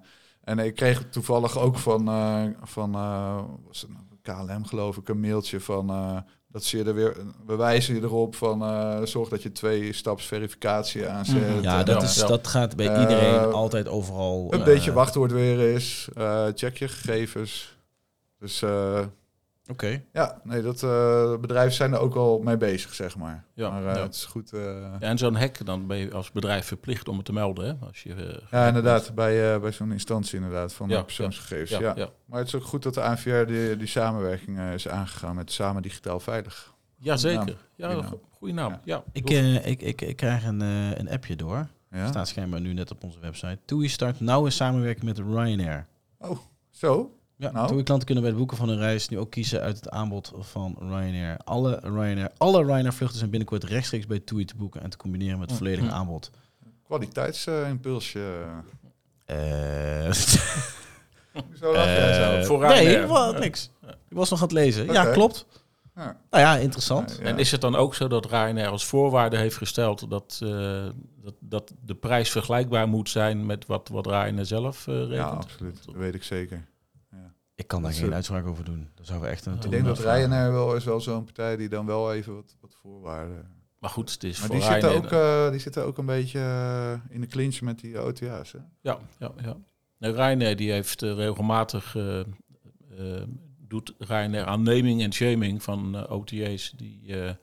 Speaker 3: en ik kreeg toevallig ook van, eh, van eh, was het nou, KLM geloof ik een mailtje van... eh, dat ze je er weer, we wijzen je erop van eh, zorg dat je twee staps verificatie aanzet.
Speaker 4: Ja,
Speaker 3: En,
Speaker 4: dat,
Speaker 3: eh,
Speaker 4: is,
Speaker 2: ja.
Speaker 4: dat gaat bij
Speaker 3: Eh,
Speaker 4: iedereen altijd overal.
Speaker 3: Een
Speaker 4: eh,
Speaker 3: beetje wachtwoord weer is. eh, check je gegevens. Dus eh,
Speaker 4: Oké.
Speaker 3: ja, nee, dat eh, bedrijven zijn er ook al mee bezig, zeg maar.
Speaker 2: Ja,
Speaker 3: maar eh,
Speaker 2: ja.
Speaker 3: het is goed. eh,
Speaker 2: Ja, en zo'n hack, dan ben je als bedrijf verplicht om het te melden. Hè? Als je, eh,
Speaker 3: ja, inderdaad, bij, eh, bij zo'n instantie inderdaad, van
Speaker 2: Ja,
Speaker 3: de persoonsgegevens. Ja,
Speaker 2: ja, ja.
Speaker 3: Maar het is ook goed dat de ANVR die, die samenwerking eh, is aangegaan met Samen Digitaal Veilig.
Speaker 2: Jazeker. Ja,
Speaker 3: Goeie
Speaker 2: go-
Speaker 3: naam.
Speaker 2: goeie naam.
Speaker 3: Ja.
Speaker 2: Ja.
Speaker 4: Ik, eh, ik, ik, ik krijg een, eh, een appje door.
Speaker 3: Ja?
Speaker 4: Staat schijnbaar nu net op onze website. TUI start nauwe samenwerking met Ryanair.
Speaker 3: Zo?
Speaker 4: Ja,
Speaker 3: Nou.
Speaker 4: TUI-klanten kunnen bij het boeken van hun reis nu ook kiezen uit het aanbod van Ryanair. Alle Ryanair, alle Ryanair-vluchten zijn binnenkort rechtstreeks bij TUI te boeken en te combineren met het volledige aanbod.
Speaker 3: Kwaliteitsimpulsje.
Speaker 4: Eh,
Speaker 3: zo lach jij zo?
Speaker 2: voor
Speaker 4: nee,
Speaker 2: Ryanair.
Speaker 4: wat, niks. Ik was nog aan het lezen.
Speaker 3: Oké.
Speaker 4: Ja, klopt.
Speaker 3: Ja.
Speaker 4: Nou ja, interessant.
Speaker 3: Ja,
Speaker 2: En is het dan ook zo dat Ryanair als voorwaarde heeft gesteld dat, eh, dat, dat de prijs vergelijkbaar moet zijn met wat, wat Ryanair zelf eh
Speaker 3: ja,
Speaker 2: rekent?
Speaker 3: absoluut. Dat weet ik zeker.
Speaker 4: Ik kan daar
Speaker 3: Zo.
Speaker 4: geen uitspraak over doen. Daar zouden we echt een
Speaker 3: Ik denk dat Ryanair wel is wel zo'n partij die dan wel even wat, wat voorwaarden
Speaker 2: Maar goed, het is
Speaker 3: Maar
Speaker 2: voor
Speaker 3: die zitten,
Speaker 2: Ryanair-
Speaker 3: ook, eh, die zitten ook een beetje eh, in de clinch met die OTA's. Hè?
Speaker 2: Ja, ja, ja. Nou, Ryanair die heeft eh, regelmatig eh, eh, doet Ryanair aanneming en shaming van eh, OTA's die eh,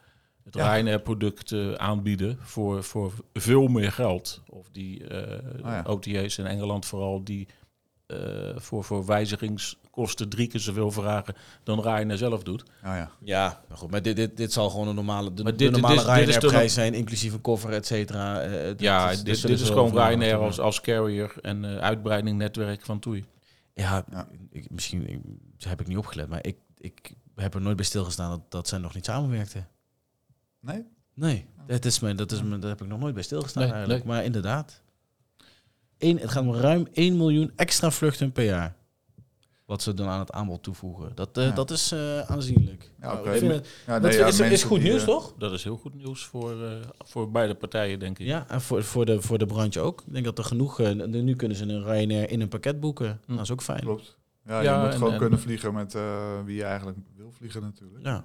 Speaker 2: het
Speaker 3: Ja.
Speaker 2: Ryanair product eh, aanbieden voor, voor veel meer geld. Of die eh,
Speaker 3: Oh ja.
Speaker 2: OTA's in Engeland vooral die eh, voor, voor wijzigingskosten drie keer zoveel vragen dan Ryanair zelf doet.
Speaker 3: Nou ja.
Speaker 4: Ja, maar goed, maar dit, dit, dit zal gewoon een normale, de,
Speaker 2: Maar
Speaker 4: de
Speaker 2: dit- dit
Speaker 4: normale
Speaker 2: is- dit is
Speaker 4: Ryanair-prijs
Speaker 2: toch
Speaker 4: zijn, inclusief een koffer, et cetera. Eh, dat-
Speaker 2: ja,
Speaker 4: dat- dat
Speaker 2: dit, dit,
Speaker 4: zullen
Speaker 2: is
Speaker 4: ze
Speaker 2: gewoon
Speaker 4: wel voor-
Speaker 2: Ryanair als, als carrier en eh, uitbreiding netwerk van Toei.
Speaker 4: Ja,
Speaker 3: Ja.
Speaker 4: Ik, misschien ik, heb ik niet opgelet, maar ik, ik heb er nooit bij stilgestaan dat, dat zij nog niet samenwerkten.
Speaker 3: Nee?
Speaker 4: Nee, dat is me, dat is me, daar heb ik nog nooit bij stilgestaan
Speaker 2: Nee,
Speaker 4: eigenlijk. Maar inderdaad, één, het gaat om ruim 1 miljoen extra vluchten per jaar. Wat ze dan aan het aanbod toevoegen. Dat, eh,
Speaker 3: Ja.
Speaker 4: dat is eh, aanzienlijk.
Speaker 3: Ja, oké.
Speaker 4: Ik vind het-
Speaker 3: Ja, nee,
Speaker 4: dat
Speaker 3: ja,
Speaker 4: is, is
Speaker 3: mensen
Speaker 4: goed
Speaker 3: die,
Speaker 4: nieuws,
Speaker 3: eh,
Speaker 4: toch?
Speaker 2: Dat is heel goed nieuws voor, eh, voor beide partijen, denk ik.
Speaker 4: Ja, en voor, voor, de, voor de branche ook. Ik denk dat er genoeg... eh, nu kunnen ze een Ryanair in een pakket boeken.
Speaker 2: Hm.
Speaker 4: Dat is ook fijn.
Speaker 3: Klopt. Ja,
Speaker 2: Ja,
Speaker 3: je moet
Speaker 2: en-
Speaker 3: gewoon
Speaker 2: en-
Speaker 3: kunnen vliegen met eh, wie je eigenlijk wil vliegen natuurlijk.
Speaker 4: Ja.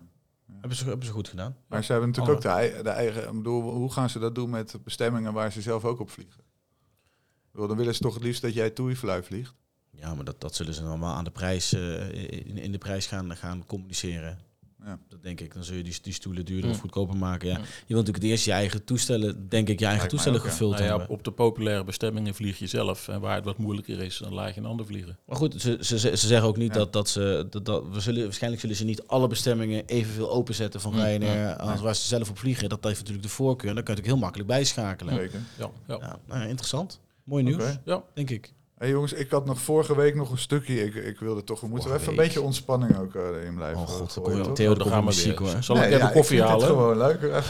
Speaker 4: Hebben, ze, hebben ze goed gedaan.
Speaker 3: Maar ze hebben natuurlijk
Speaker 4: Oh.
Speaker 3: ook de, ei- de eigen... Ik bedoel, hoe gaan ze dat doen met bestemmingen waar ze zelf ook op vliegen? Ik bedoel, dan willen ze toch het liefst dat jij Toei-Fly vliegt.
Speaker 4: Ja, maar dat, dat zullen ze dan allemaal aan de prijs, eh, in, in de prijs gaan, gaan communiceren.
Speaker 3: Ja.
Speaker 4: Dat denk ik. Dan zul je die, die stoelen duurder of
Speaker 2: Hm.
Speaker 4: goedkoper maken. Ja. Je wilt natuurlijk het eerst je eigen toestellen, denk ik, je eigen
Speaker 3: mij
Speaker 4: toestellen
Speaker 3: ook, ja.
Speaker 4: gevuld
Speaker 2: Nou ja,
Speaker 4: hebben.
Speaker 2: op, op de populaire bestemmingen vlieg je zelf. En waar het wat moeilijker is, dan laat je een ander vliegen.
Speaker 4: Maar goed, ze, ze, ze ze zeggen ook niet
Speaker 3: Ja.
Speaker 4: dat, dat ze... Dat, dat, we zullen, waarschijnlijk zullen ze niet alle bestemmingen evenveel openzetten van
Speaker 2: Hm,
Speaker 4: Ryanair eh, als waar ze zelf op vliegen. Dat heeft natuurlijk de voorkeur. En dan kan je natuurlijk heel makkelijk bijschakelen.
Speaker 3: Zeker.
Speaker 2: Ja, ja.
Speaker 4: Ja, nou ja, interessant. Mooi nieuws,
Speaker 3: Oké.
Speaker 2: Ja.
Speaker 4: denk ik.
Speaker 3: Hey jongens, ik had nog vorige week nog een stukje. Ik, ik wilde toch... We moeten
Speaker 4: Vorige
Speaker 3: even een
Speaker 4: week.
Speaker 3: beetje ontspanning ook eh, in blijven.
Speaker 4: Oh
Speaker 3: gooien,
Speaker 4: god, dan kom je
Speaker 3: toch?
Speaker 4: Theo,
Speaker 2: dan
Speaker 4: dan
Speaker 2: gaan
Speaker 4: gaan
Speaker 2: we
Speaker 4: muziek
Speaker 2: weer.
Speaker 4: hoor.
Speaker 2: Zal ik
Speaker 3: Nee,
Speaker 2: even
Speaker 3: ja,
Speaker 2: koffie
Speaker 3: ik vind
Speaker 2: halen?
Speaker 3: dit gewoon leuk.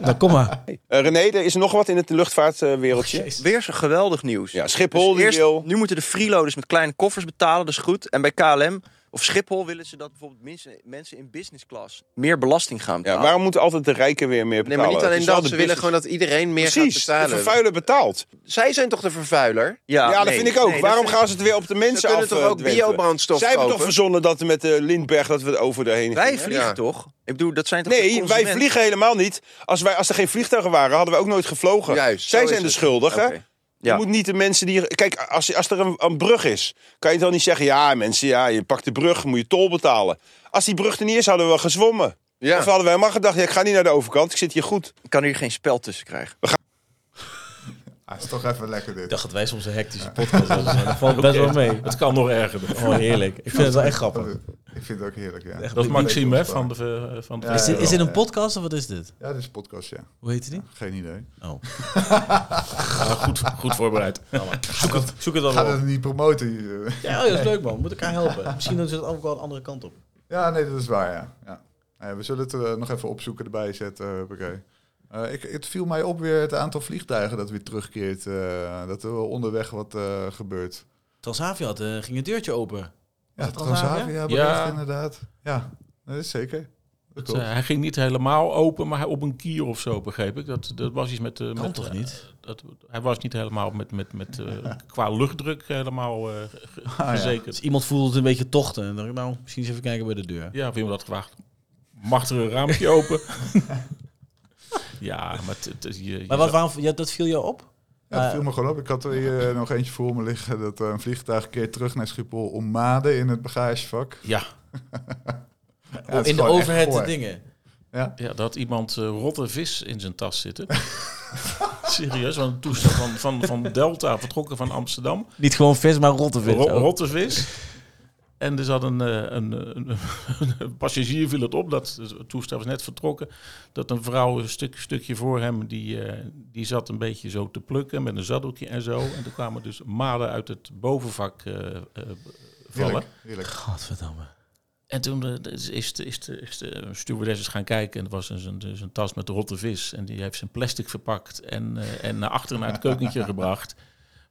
Speaker 4: Nou, kom maar.
Speaker 11: Eh, René, er is nog wat in het luchtvaartwereldje.
Speaker 12: Weer zo'n geweldig nieuws.
Speaker 11: ja, Schiphol
Speaker 12: Dus
Speaker 11: die
Speaker 12: eerst-
Speaker 11: wil...
Speaker 12: Nu moeten de freeloaders met kleine koffers betalen, dat is goed. En bij KLM of Schiphol willen ze dat bijvoorbeeld mensen, mensen in business class meer belasting gaan
Speaker 11: Ja,
Speaker 12: betalen.
Speaker 11: waarom moeten altijd de rijken weer meer
Speaker 13: Ah. Nee,
Speaker 11: betalen?
Speaker 13: maar niet alleen
Speaker 11: Het is wel
Speaker 13: dat.
Speaker 11: de
Speaker 13: Ze willen gewoon
Speaker 11: business.
Speaker 13: dat iedereen meer
Speaker 11: Precies,
Speaker 13: gaat
Speaker 11: de
Speaker 13: betalen.
Speaker 11: vervuiler betaalt.
Speaker 13: Zij zijn toch de vervuiler?
Speaker 11: Ja, dat
Speaker 13: nee.
Speaker 11: vind ik ook.
Speaker 13: Nee,
Speaker 11: waarom
Speaker 13: dat-
Speaker 11: gaan ze het weer op de mensen af?
Speaker 13: kunnen toch ook
Speaker 11: eh, dwentelen?
Speaker 13: biobrandstof
Speaker 11: Zij hebben toch
Speaker 13: kopen?
Speaker 11: verzonnen dat we met eh, Lindbergh dat we er over daarheen
Speaker 12: Wij
Speaker 11: gingen?
Speaker 12: vliegen
Speaker 13: Ja.
Speaker 12: toch? Ik bedoel, dat zijn toch de
Speaker 11: Nee, wij
Speaker 12: consumenten?
Speaker 11: vliegen helemaal niet. Als, wij, als er geen vliegtuigen waren, hadden we ook nooit gevlogen.
Speaker 13: Juist, zo
Speaker 11: Zij
Speaker 13: is
Speaker 11: zijn de
Speaker 13: het.
Speaker 11: schuldigen.
Speaker 12: Oké. Ja.
Speaker 11: Je moet niet de mensen die... Kijk, als, als er een, een brug is, kan je dan niet zeggen... Ja, mensen, ja, je pakt de brug, moet je tol betalen. Als die brug er niet is, hadden we wel gezwommen.
Speaker 13: Ja.
Speaker 11: Of hadden we helemaal gedacht, ja, ik ga niet naar de overkant. Ik zit hier goed.
Speaker 12: Ik kan hier geen spel tussen krijgen.
Speaker 3: Het Ah, is toch even lekker dit.
Speaker 4: Ik dacht dat wij soms een hectische podcast hadden. maar Dat valt best wel mee.
Speaker 2: Het kan nog erger.
Speaker 4: Oh, heerlijk. Ik vind het wel echt grappig.
Speaker 3: Ik vind het ook heerlijk, ja.
Speaker 4: Echt
Speaker 2: Dat is
Speaker 4: Een
Speaker 2: Maxime hè,
Speaker 3: beetje
Speaker 2: van de, ver- eh, van de
Speaker 3: Ja,
Speaker 4: Ah, Is dit, is dit een
Speaker 3: Ja.
Speaker 4: podcast of wat is dit?
Speaker 3: Ja, dit is een podcast, ja.
Speaker 4: Hoe heet die?
Speaker 3: Geen idee.
Speaker 4: Oh.
Speaker 2: goed, goed voorbereid.
Speaker 4: Zoek het, zoek het dan
Speaker 3: Gaat
Speaker 4: wel.
Speaker 3: het niet promoten? eh? hier?
Speaker 4: Ja, oh, dat is leuk man. Moet elkaar helpen. Misschien doen ze het ook wel de andere kant op.
Speaker 3: Ja, nee, dat is waar, ja. ja. Nou ja, we zullen het eh, nog even opzoeken, erbij zetten. huppakee. Eh, ik, het viel mij op weer het aantal vliegtuigen dat weer terugkeert. eh, dat er wel onderweg wat eh, gebeurt.
Speaker 4: Transavia had, eh, ging een deurtje open.
Speaker 3: Ja,
Speaker 4: het Transavia?
Speaker 3: Transavia
Speaker 2: Ja.
Speaker 3: bericht inderdaad. Ja, dat is zeker. Dat
Speaker 2: Het, eh,
Speaker 3: klopt.
Speaker 2: hij ging niet helemaal open, maar hij op een kier of zo, begreep ik. Dat, dat was iets met... eh,
Speaker 4: Kan
Speaker 2: met,
Speaker 4: toch
Speaker 2: eh,
Speaker 4: niet?
Speaker 2: dat, hij was niet helemaal met, met, met, eh, qua luchtdruk helemaal eh, ge- ge-
Speaker 4: Dus
Speaker 2: verzekerd.
Speaker 4: iemand voelde het een beetje tochten. En dacht ik, nou, misschien eens even kijken bij de deur.
Speaker 2: Ja, wie me dat gevraagd? Mag er een raampje open? ja, maar... het- het- je, je
Speaker 4: Maar wat, waarom, ja, dat viel jou op? Eh,
Speaker 3: Ja, dat viel me gewoon op. Ik had er hier eh, nog eentje voor me liggen. Dat eh, een vliegtuig keert terug naar Schiphol om maden in het bagagevak.
Speaker 2: Ja,
Speaker 3: Ja, het is
Speaker 4: in de
Speaker 3: gewoon echt
Speaker 4: overhead
Speaker 3: goor.
Speaker 4: dingen.
Speaker 2: Ja, dat iemand eh, rotte vis in zijn tas zitten. Serieus, want een toestel van, van, van Delta, vertrokken van Amsterdam.
Speaker 4: Niet gewoon vis, maar rotte vis. Oh,
Speaker 2: Ro-
Speaker 4: ook.
Speaker 2: rotte vis. En er zat een, eh, een, een, een passagier viel het op, dat het toestel was net vertrokken, dat een vrouw een stuk, stukje voor hem, die, eh, die zat een beetje zo te plukken met een zaddoekje en zo. En er kwamen dus maden uit het bovenvak eh, eh, vallen.
Speaker 3: Heerlijk, heerlijk.
Speaker 4: Godverdamme.
Speaker 2: En toen eh, is, is, de- is, de- is de stewardess eens gaan kijken. En er was dus een, dus een tas met rotte vis. En die heeft zijn plastic verpakt en, eh, en naar achteren naar het keukentje gebracht.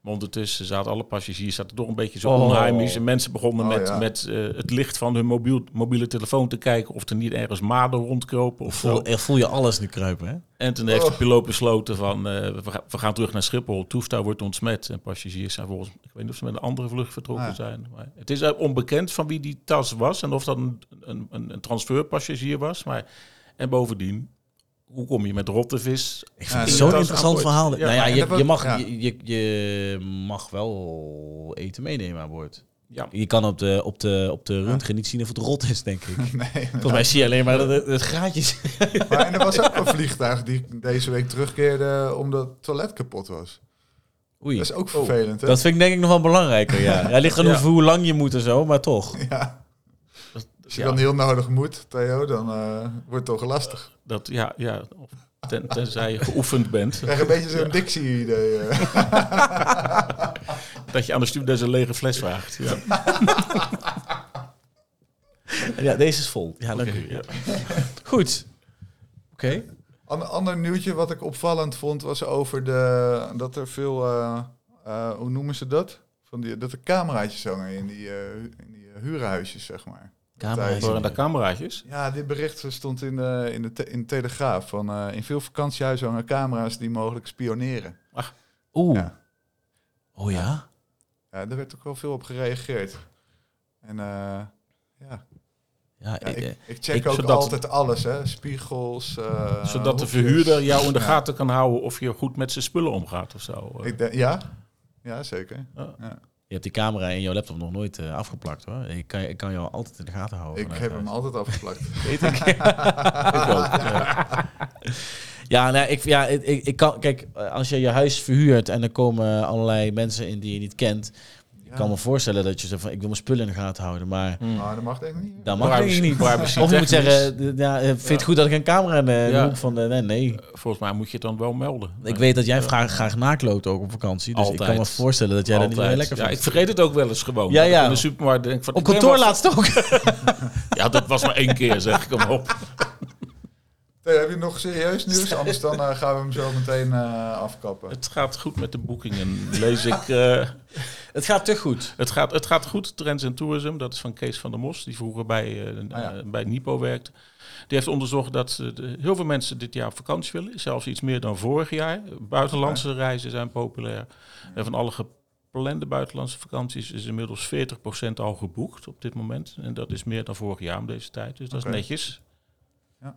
Speaker 2: Maar ondertussen zaten alle passagiers zaten toch een beetje zo
Speaker 4: Oh.
Speaker 2: onheimisch. En mensen begonnen
Speaker 3: Oh,
Speaker 2: met,
Speaker 3: ja.
Speaker 2: met eh, het licht van hun mobiel, mobiele telefoon te kijken... of er niet ergens maden rondkropen of zo.
Speaker 4: Voel, echt voel je alles nu kruipen, hè?
Speaker 2: En toen heeft
Speaker 3: Oh.
Speaker 2: de piloot besloten van... eh, we, ga- we gaan terug naar Schiphol. Het toestel wordt ontsmet. En passagiers zijn volgens... Ik weet niet of ze met een andere vlucht vertrokken
Speaker 3: Ja.
Speaker 2: zijn. Maar het is eh, onbekend van wie die tas was. En of dat een, een, een, een transferpassagier was. Maar, en bovendien... Hoe kom je met rotte vis?
Speaker 4: Ik
Speaker 3: Ja,
Speaker 4: vind het
Speaker 3: dat-
Speaker 4: zo'n
Speaker 2: dat-
Speaker 4: interessant verhaal.
Speaker 2: Ja,
Speaker 4: nou ja,
Speaker 2: maar-
Speaker 4: je,
Speaker 3: dat-
Speaker 4: je, mag,
Speaker 3: ja.
Speaker 4: je, je, je mag wel eten meenemen aan boord.
Speaker 2: Ja.
Speaker 4: Je kan op de, op de, op de röntgen niet zien of het rot is, denk ik.
Speaker 3: Nee,
Speaker 4: Volgens mij zie je alleen maar dat het, het graadjes.
Speaker 3: Maar en er was ook een vliegtuig die deze week terugkeerde omdat het toilet kapot was.
Speaker 4: Oei.
Speaker 3: Dat is
Speaker 4: Oh.
Speaker 3: ook vervelend, hè?
Speaker 4: Dat vind ik denk ik nog wel belangrijker, ja. Ja, ligt er
Speaker 2: Ja.
Speaker 4: nog hoe lang je moet en zo, maar toch.
Speaker 3: Ja, als je
Speaker 2: Ja.
Speaker 3: dan heel nodig moet, Theo, dan eh, wordt het toch lastig.
Speaker 2: Dat, ja, ja of ten, tenzij je geoefend bent.
Speaker 3: Ik krijg een beetje zo'n Dixie-idee. eh.
Speaker 2: Dat je aan de stewardess een lege fles vraagt. Ja.
Speaker 4: Ja, deze is vol. Ja, dank u. Ja. Goed. Oké.
Speaker 3: Ander, ander nieuwtje wat ik opvallend vond was over de, dat er veel, eh, eh, hoe noemen ze dat? Van die, dat er cameraatjes hangen in die, eh, in die eh, huurhuisjes, zeg maar.
Speaker 2: Cameraatjes.
Speaker 3: Tijdens-
Speaker 2: Horen daar cameraatjes?
Speaker 3: Ja, dit bericht stond in de, in de, te- in de Telegraaf. Van, eh, in veel vakantiehuizen hangen camera's die mogelijk spioneren.
Speaker 2: Ach,
Speaker 4: oeh.
Speaker 3: Ja.
Speaker 4: Oh ja?
Speaker 3: Ja, daar werd ook wel veel op gereageerd. En eh, ja.
Speaker 4: Ja,
Speaker 3: ik,
Speaker 2: eh,
Speaker 3: ik check
Speaker 2: ik-
Speaker 3: ook
Speaker 2: zodat-
Speaker 3: altijd alles, hè. Spiegels, eh,
Speaker 2: Zodat de
Speaker 3: hoekjes.
Speaker 2: verhuurder jou in de
Speaker 3: Ja.
Speaker 2: gaten kan houden of je goed met zijn spullen omgaat of zo. eh.
Speaker 3: Ik denk- ja. ja, zeker. Ja.
Speaker 4: Je hebt die camera in jouw laptop nog nooit eh, afgeplakt hoor. Ik kan, ik kan jou altijd in de gaten houden.
Speaker 3: Ik
Speaker 4: vanuit
Speaker 3: heb hem
Speaker 4: huis.
Speaker 3: altijd afgeplakt.
Speaker 4: Weet ik. ik ook. Ja, ja, nou, ik, ja ik, ik ik kan. Kijk, eh, als je je huis verhuurt en er komen allerlei mensen in die je niet kent. Ik kan me voorstellen dat je zegt van ik wil mijn spullen in de gaten houden. Maar
Speaker 3: Maar Ah, dat mag denk ik niet.
Speaker 4: dat mag
Speaker 2: Privacy-
Speaker 4: eigenlijk niet.
Speaker 2: privacy
Speaker 4: of je moet
Speaker 2: technisch.
Speaker 4: zeggen, eh, ja, eh, vind je het goed dat ik een camera in de
Speaker 2: Ja.
Speaker 4: hoek van de. Nee, nee.
Speaker 2: Eh, Volgens mij moet je het dan wel melden.
Speaker 4: Ik weet dat jij graag, graag nakloopt ook op vakantie. Dus ik kan me voorstellen dat jij dat niet
Speaker 2: Altijd.
Speaker 4: meer lekker
Speaker 2: Ja,
Speaker 4: vindt.
Speaker 2: ik vergeet het ook wel eens gewoon.
Speaker 4: Ja,
Speaker 2: Dat ik
Speaker 4: ja.
Speaker 2: In de supermarkt denk ik van...
Speaker 4: Op
Speaker 2: ik ben
Speaker 4: kantoor
Speaker 2: wel-
Speaker 4: laatst ook.
Speaker 2: Ja, dat was maar één keer, zeg ik hem op.
Speaker 3: Hey, heb je nog serieus nieuws? Anders dan eh, gaan we hem zo meteen eh, afkappen.
Speaker 2: Het gaat goed met de boekingen, lees ik. eh.
Speaker 4: het gaat te goed.
Speaker 2: Het gaat, het gaat goed. Trends en Tourism, dat is van Kees van der Mos, die vroeger bij, eh,
Speaker 3: Ah,
Speaker 2: eh, bij Nipo werkte. Die heeft onderzocht dat eh, de- heel veel mensen dit jaar op vakantie willen. Zelfs iets meer dan vorig jaar. Buitenlandse reizen zijn populair. En van alle geplande buitenlandse vakanties is inmiddels 40% al geboekt op dit moment. En dat is meer dan vorig jaar om deze tijd. Dus dat
Speaker 3: Oké.
Speaker 2: is netjes.
Speaker 3: Ja.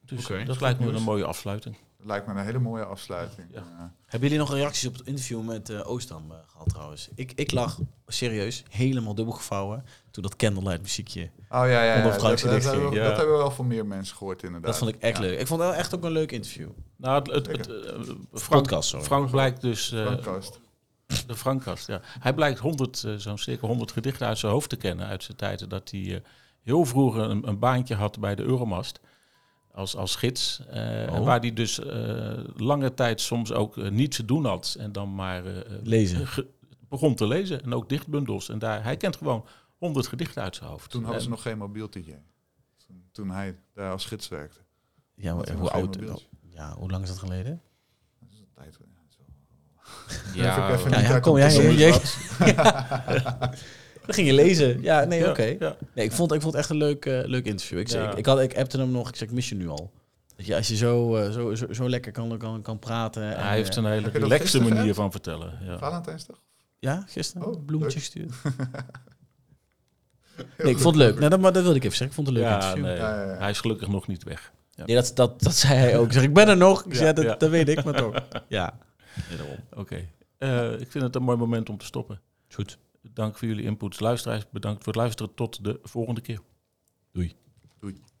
Speaker 2: Dus
Speaker 3: Oké,
Speaker 2: dat
Speaker 3: goed
Speaker 2: lijkt me
Speaker 3: nieuws.
Speaker 2: een mooie afsluiting.
Speaker 3: Lijkt me een hele mooie afsluiting. Eh,
Speaker 4: Hebben jullie nog reacties op het interview met eh, Oostam eh, gehad trouwens? Ik, ik lag serieus helemaal dubbel gevouwen toen dat candlelight muziekje
Speaker 3: Oh ja, ja, ja.
Speaker 4: onder
Speaker 3: Dat, dat,
Speaker 4: Frank's licht
Speaker 3: hebben we,
Speaker 4: ging.
Speaker 3: dat hebben we wel van meer mensen gehoord inderdaad.
Speaker 4: Dat vond ik echt
Speaker 3: Ja.
Speaker 4: leuk. Ik vond het wel echt ook een leuk interview.
Speaker 2: Nou, het, het, het, eh, Frank,
Speaker 4: Podcast, sorry.
Speaker 2: Frank blijkt dus... eh,
Speaker 3: Frankkast.
Speaker 2: De Frankkast, ja. Hij blijkt 100, eh, zo'n circa 100 gedichten uit zijn hoofd te kennen uit zijn tijden. Dat hij eh, heel vroeger een, een baantje had bij de Euromast. Als, als gids. eh, en Waar hij dus eh, lange tijd soms ook eh, niets te doen had. En dan maar... eh,
Speaker 4: Lezen.
Speaker 2: ge- begon te lezen. En ook dichtbundels. En daar, hij kent gewoon 100 gedichten uit zijn hoofd.
Speaker 3: Toen hadden ze
Speaker 2: En-
Speaker 3: nog geen mobiel DJ. Toen- Toen hij daar als gids werkte.
Speaker 4: Ja, maar
Speaker 3: Had hij
Speaker 4: hoe
Speaker 3: nog geen
Speaker 4: oud? oh,
Speaker 3: mobieltje.
Speaker 4: Ja, hoe lang is dat geleden?
Speaker 3: Tijd, ja, zo.
Speaker 2: Ja,
Speaker 3: Even- even
Speaker 4: Ja,
Speaker 3: niet
Speaker 4: ja,
Speaker 3: uit
Speaker 4: kom
Speaker 3: om
Speaker 4: jij.
Speaker 3: te
Speaker 4: jij-
Speaker 3: doen.
Speaker 4: jij- Dan ging je lezen. Ja, nee,
Speaker 2: Ja,
Speaker 4: oké.
Speaker 2: ja.
Speaker 4: Nee, ik vond, ik vond het echt een leuk, eh, leuk interview. Ik, zei,
Speaker 2: Ja.
Speaker 4: ik, ik had, ik appte hem nog. Ik zei, ik mis je nu al. Dat je, als je zo, eh, zo, zo, zo lekker kan, kan, kan praten. en,
Speaker 2: Hij heeft
Speaker 4: eh,
Speaker 2: een hele
Speaker 3: Heb je dat
Speaker 2: relaxe
Speaker 3: gisteren
Speaker 2: manier
Speaker 3: gedaan?
Speaker 2: van vertellen. Ja.
Speaker 3: Valentijnsdag?
Speaker 4: Ja, gisteren.
Speaker 3: Oh,
Speaker 4: bloemetje
Speaker 3: leuk.
Speaker 4: gestuurd.
Speaker 3: Heel
Speaker 4: Nee, ik vond het leuk. Nou, dat, maar dat wilde ik even zeggen. Ik vond het een leuk
Speaker 2: Ja,
Speaker 4: interview.
Speaker 2: nee.
Speaker 3: Ja, ja, ja.
Speaker 2: Hij is gelukkig nog niet weg. Ja.
Speaker 4: Nee, dat, dat, dat zei hij ook. Ik zeg, ik ben er nog. Ik zeg,
Speaker 2: Ja,
Speaker 4: ja, dat,
Speaker 2: ja.
Speaker 4: dat weet ik, maar toch. Ja.
Speaker 2: Oké. Eh, ik vind het een mooi moment om te stoppen.
Speaker 4: Goed.
Speaker 2: Dank voor jullie inputs. Luisteraars, bedankt voor het luisteren. Tot de volgende keer.
Speaker 4: Doei.
Speaker 3: Doei.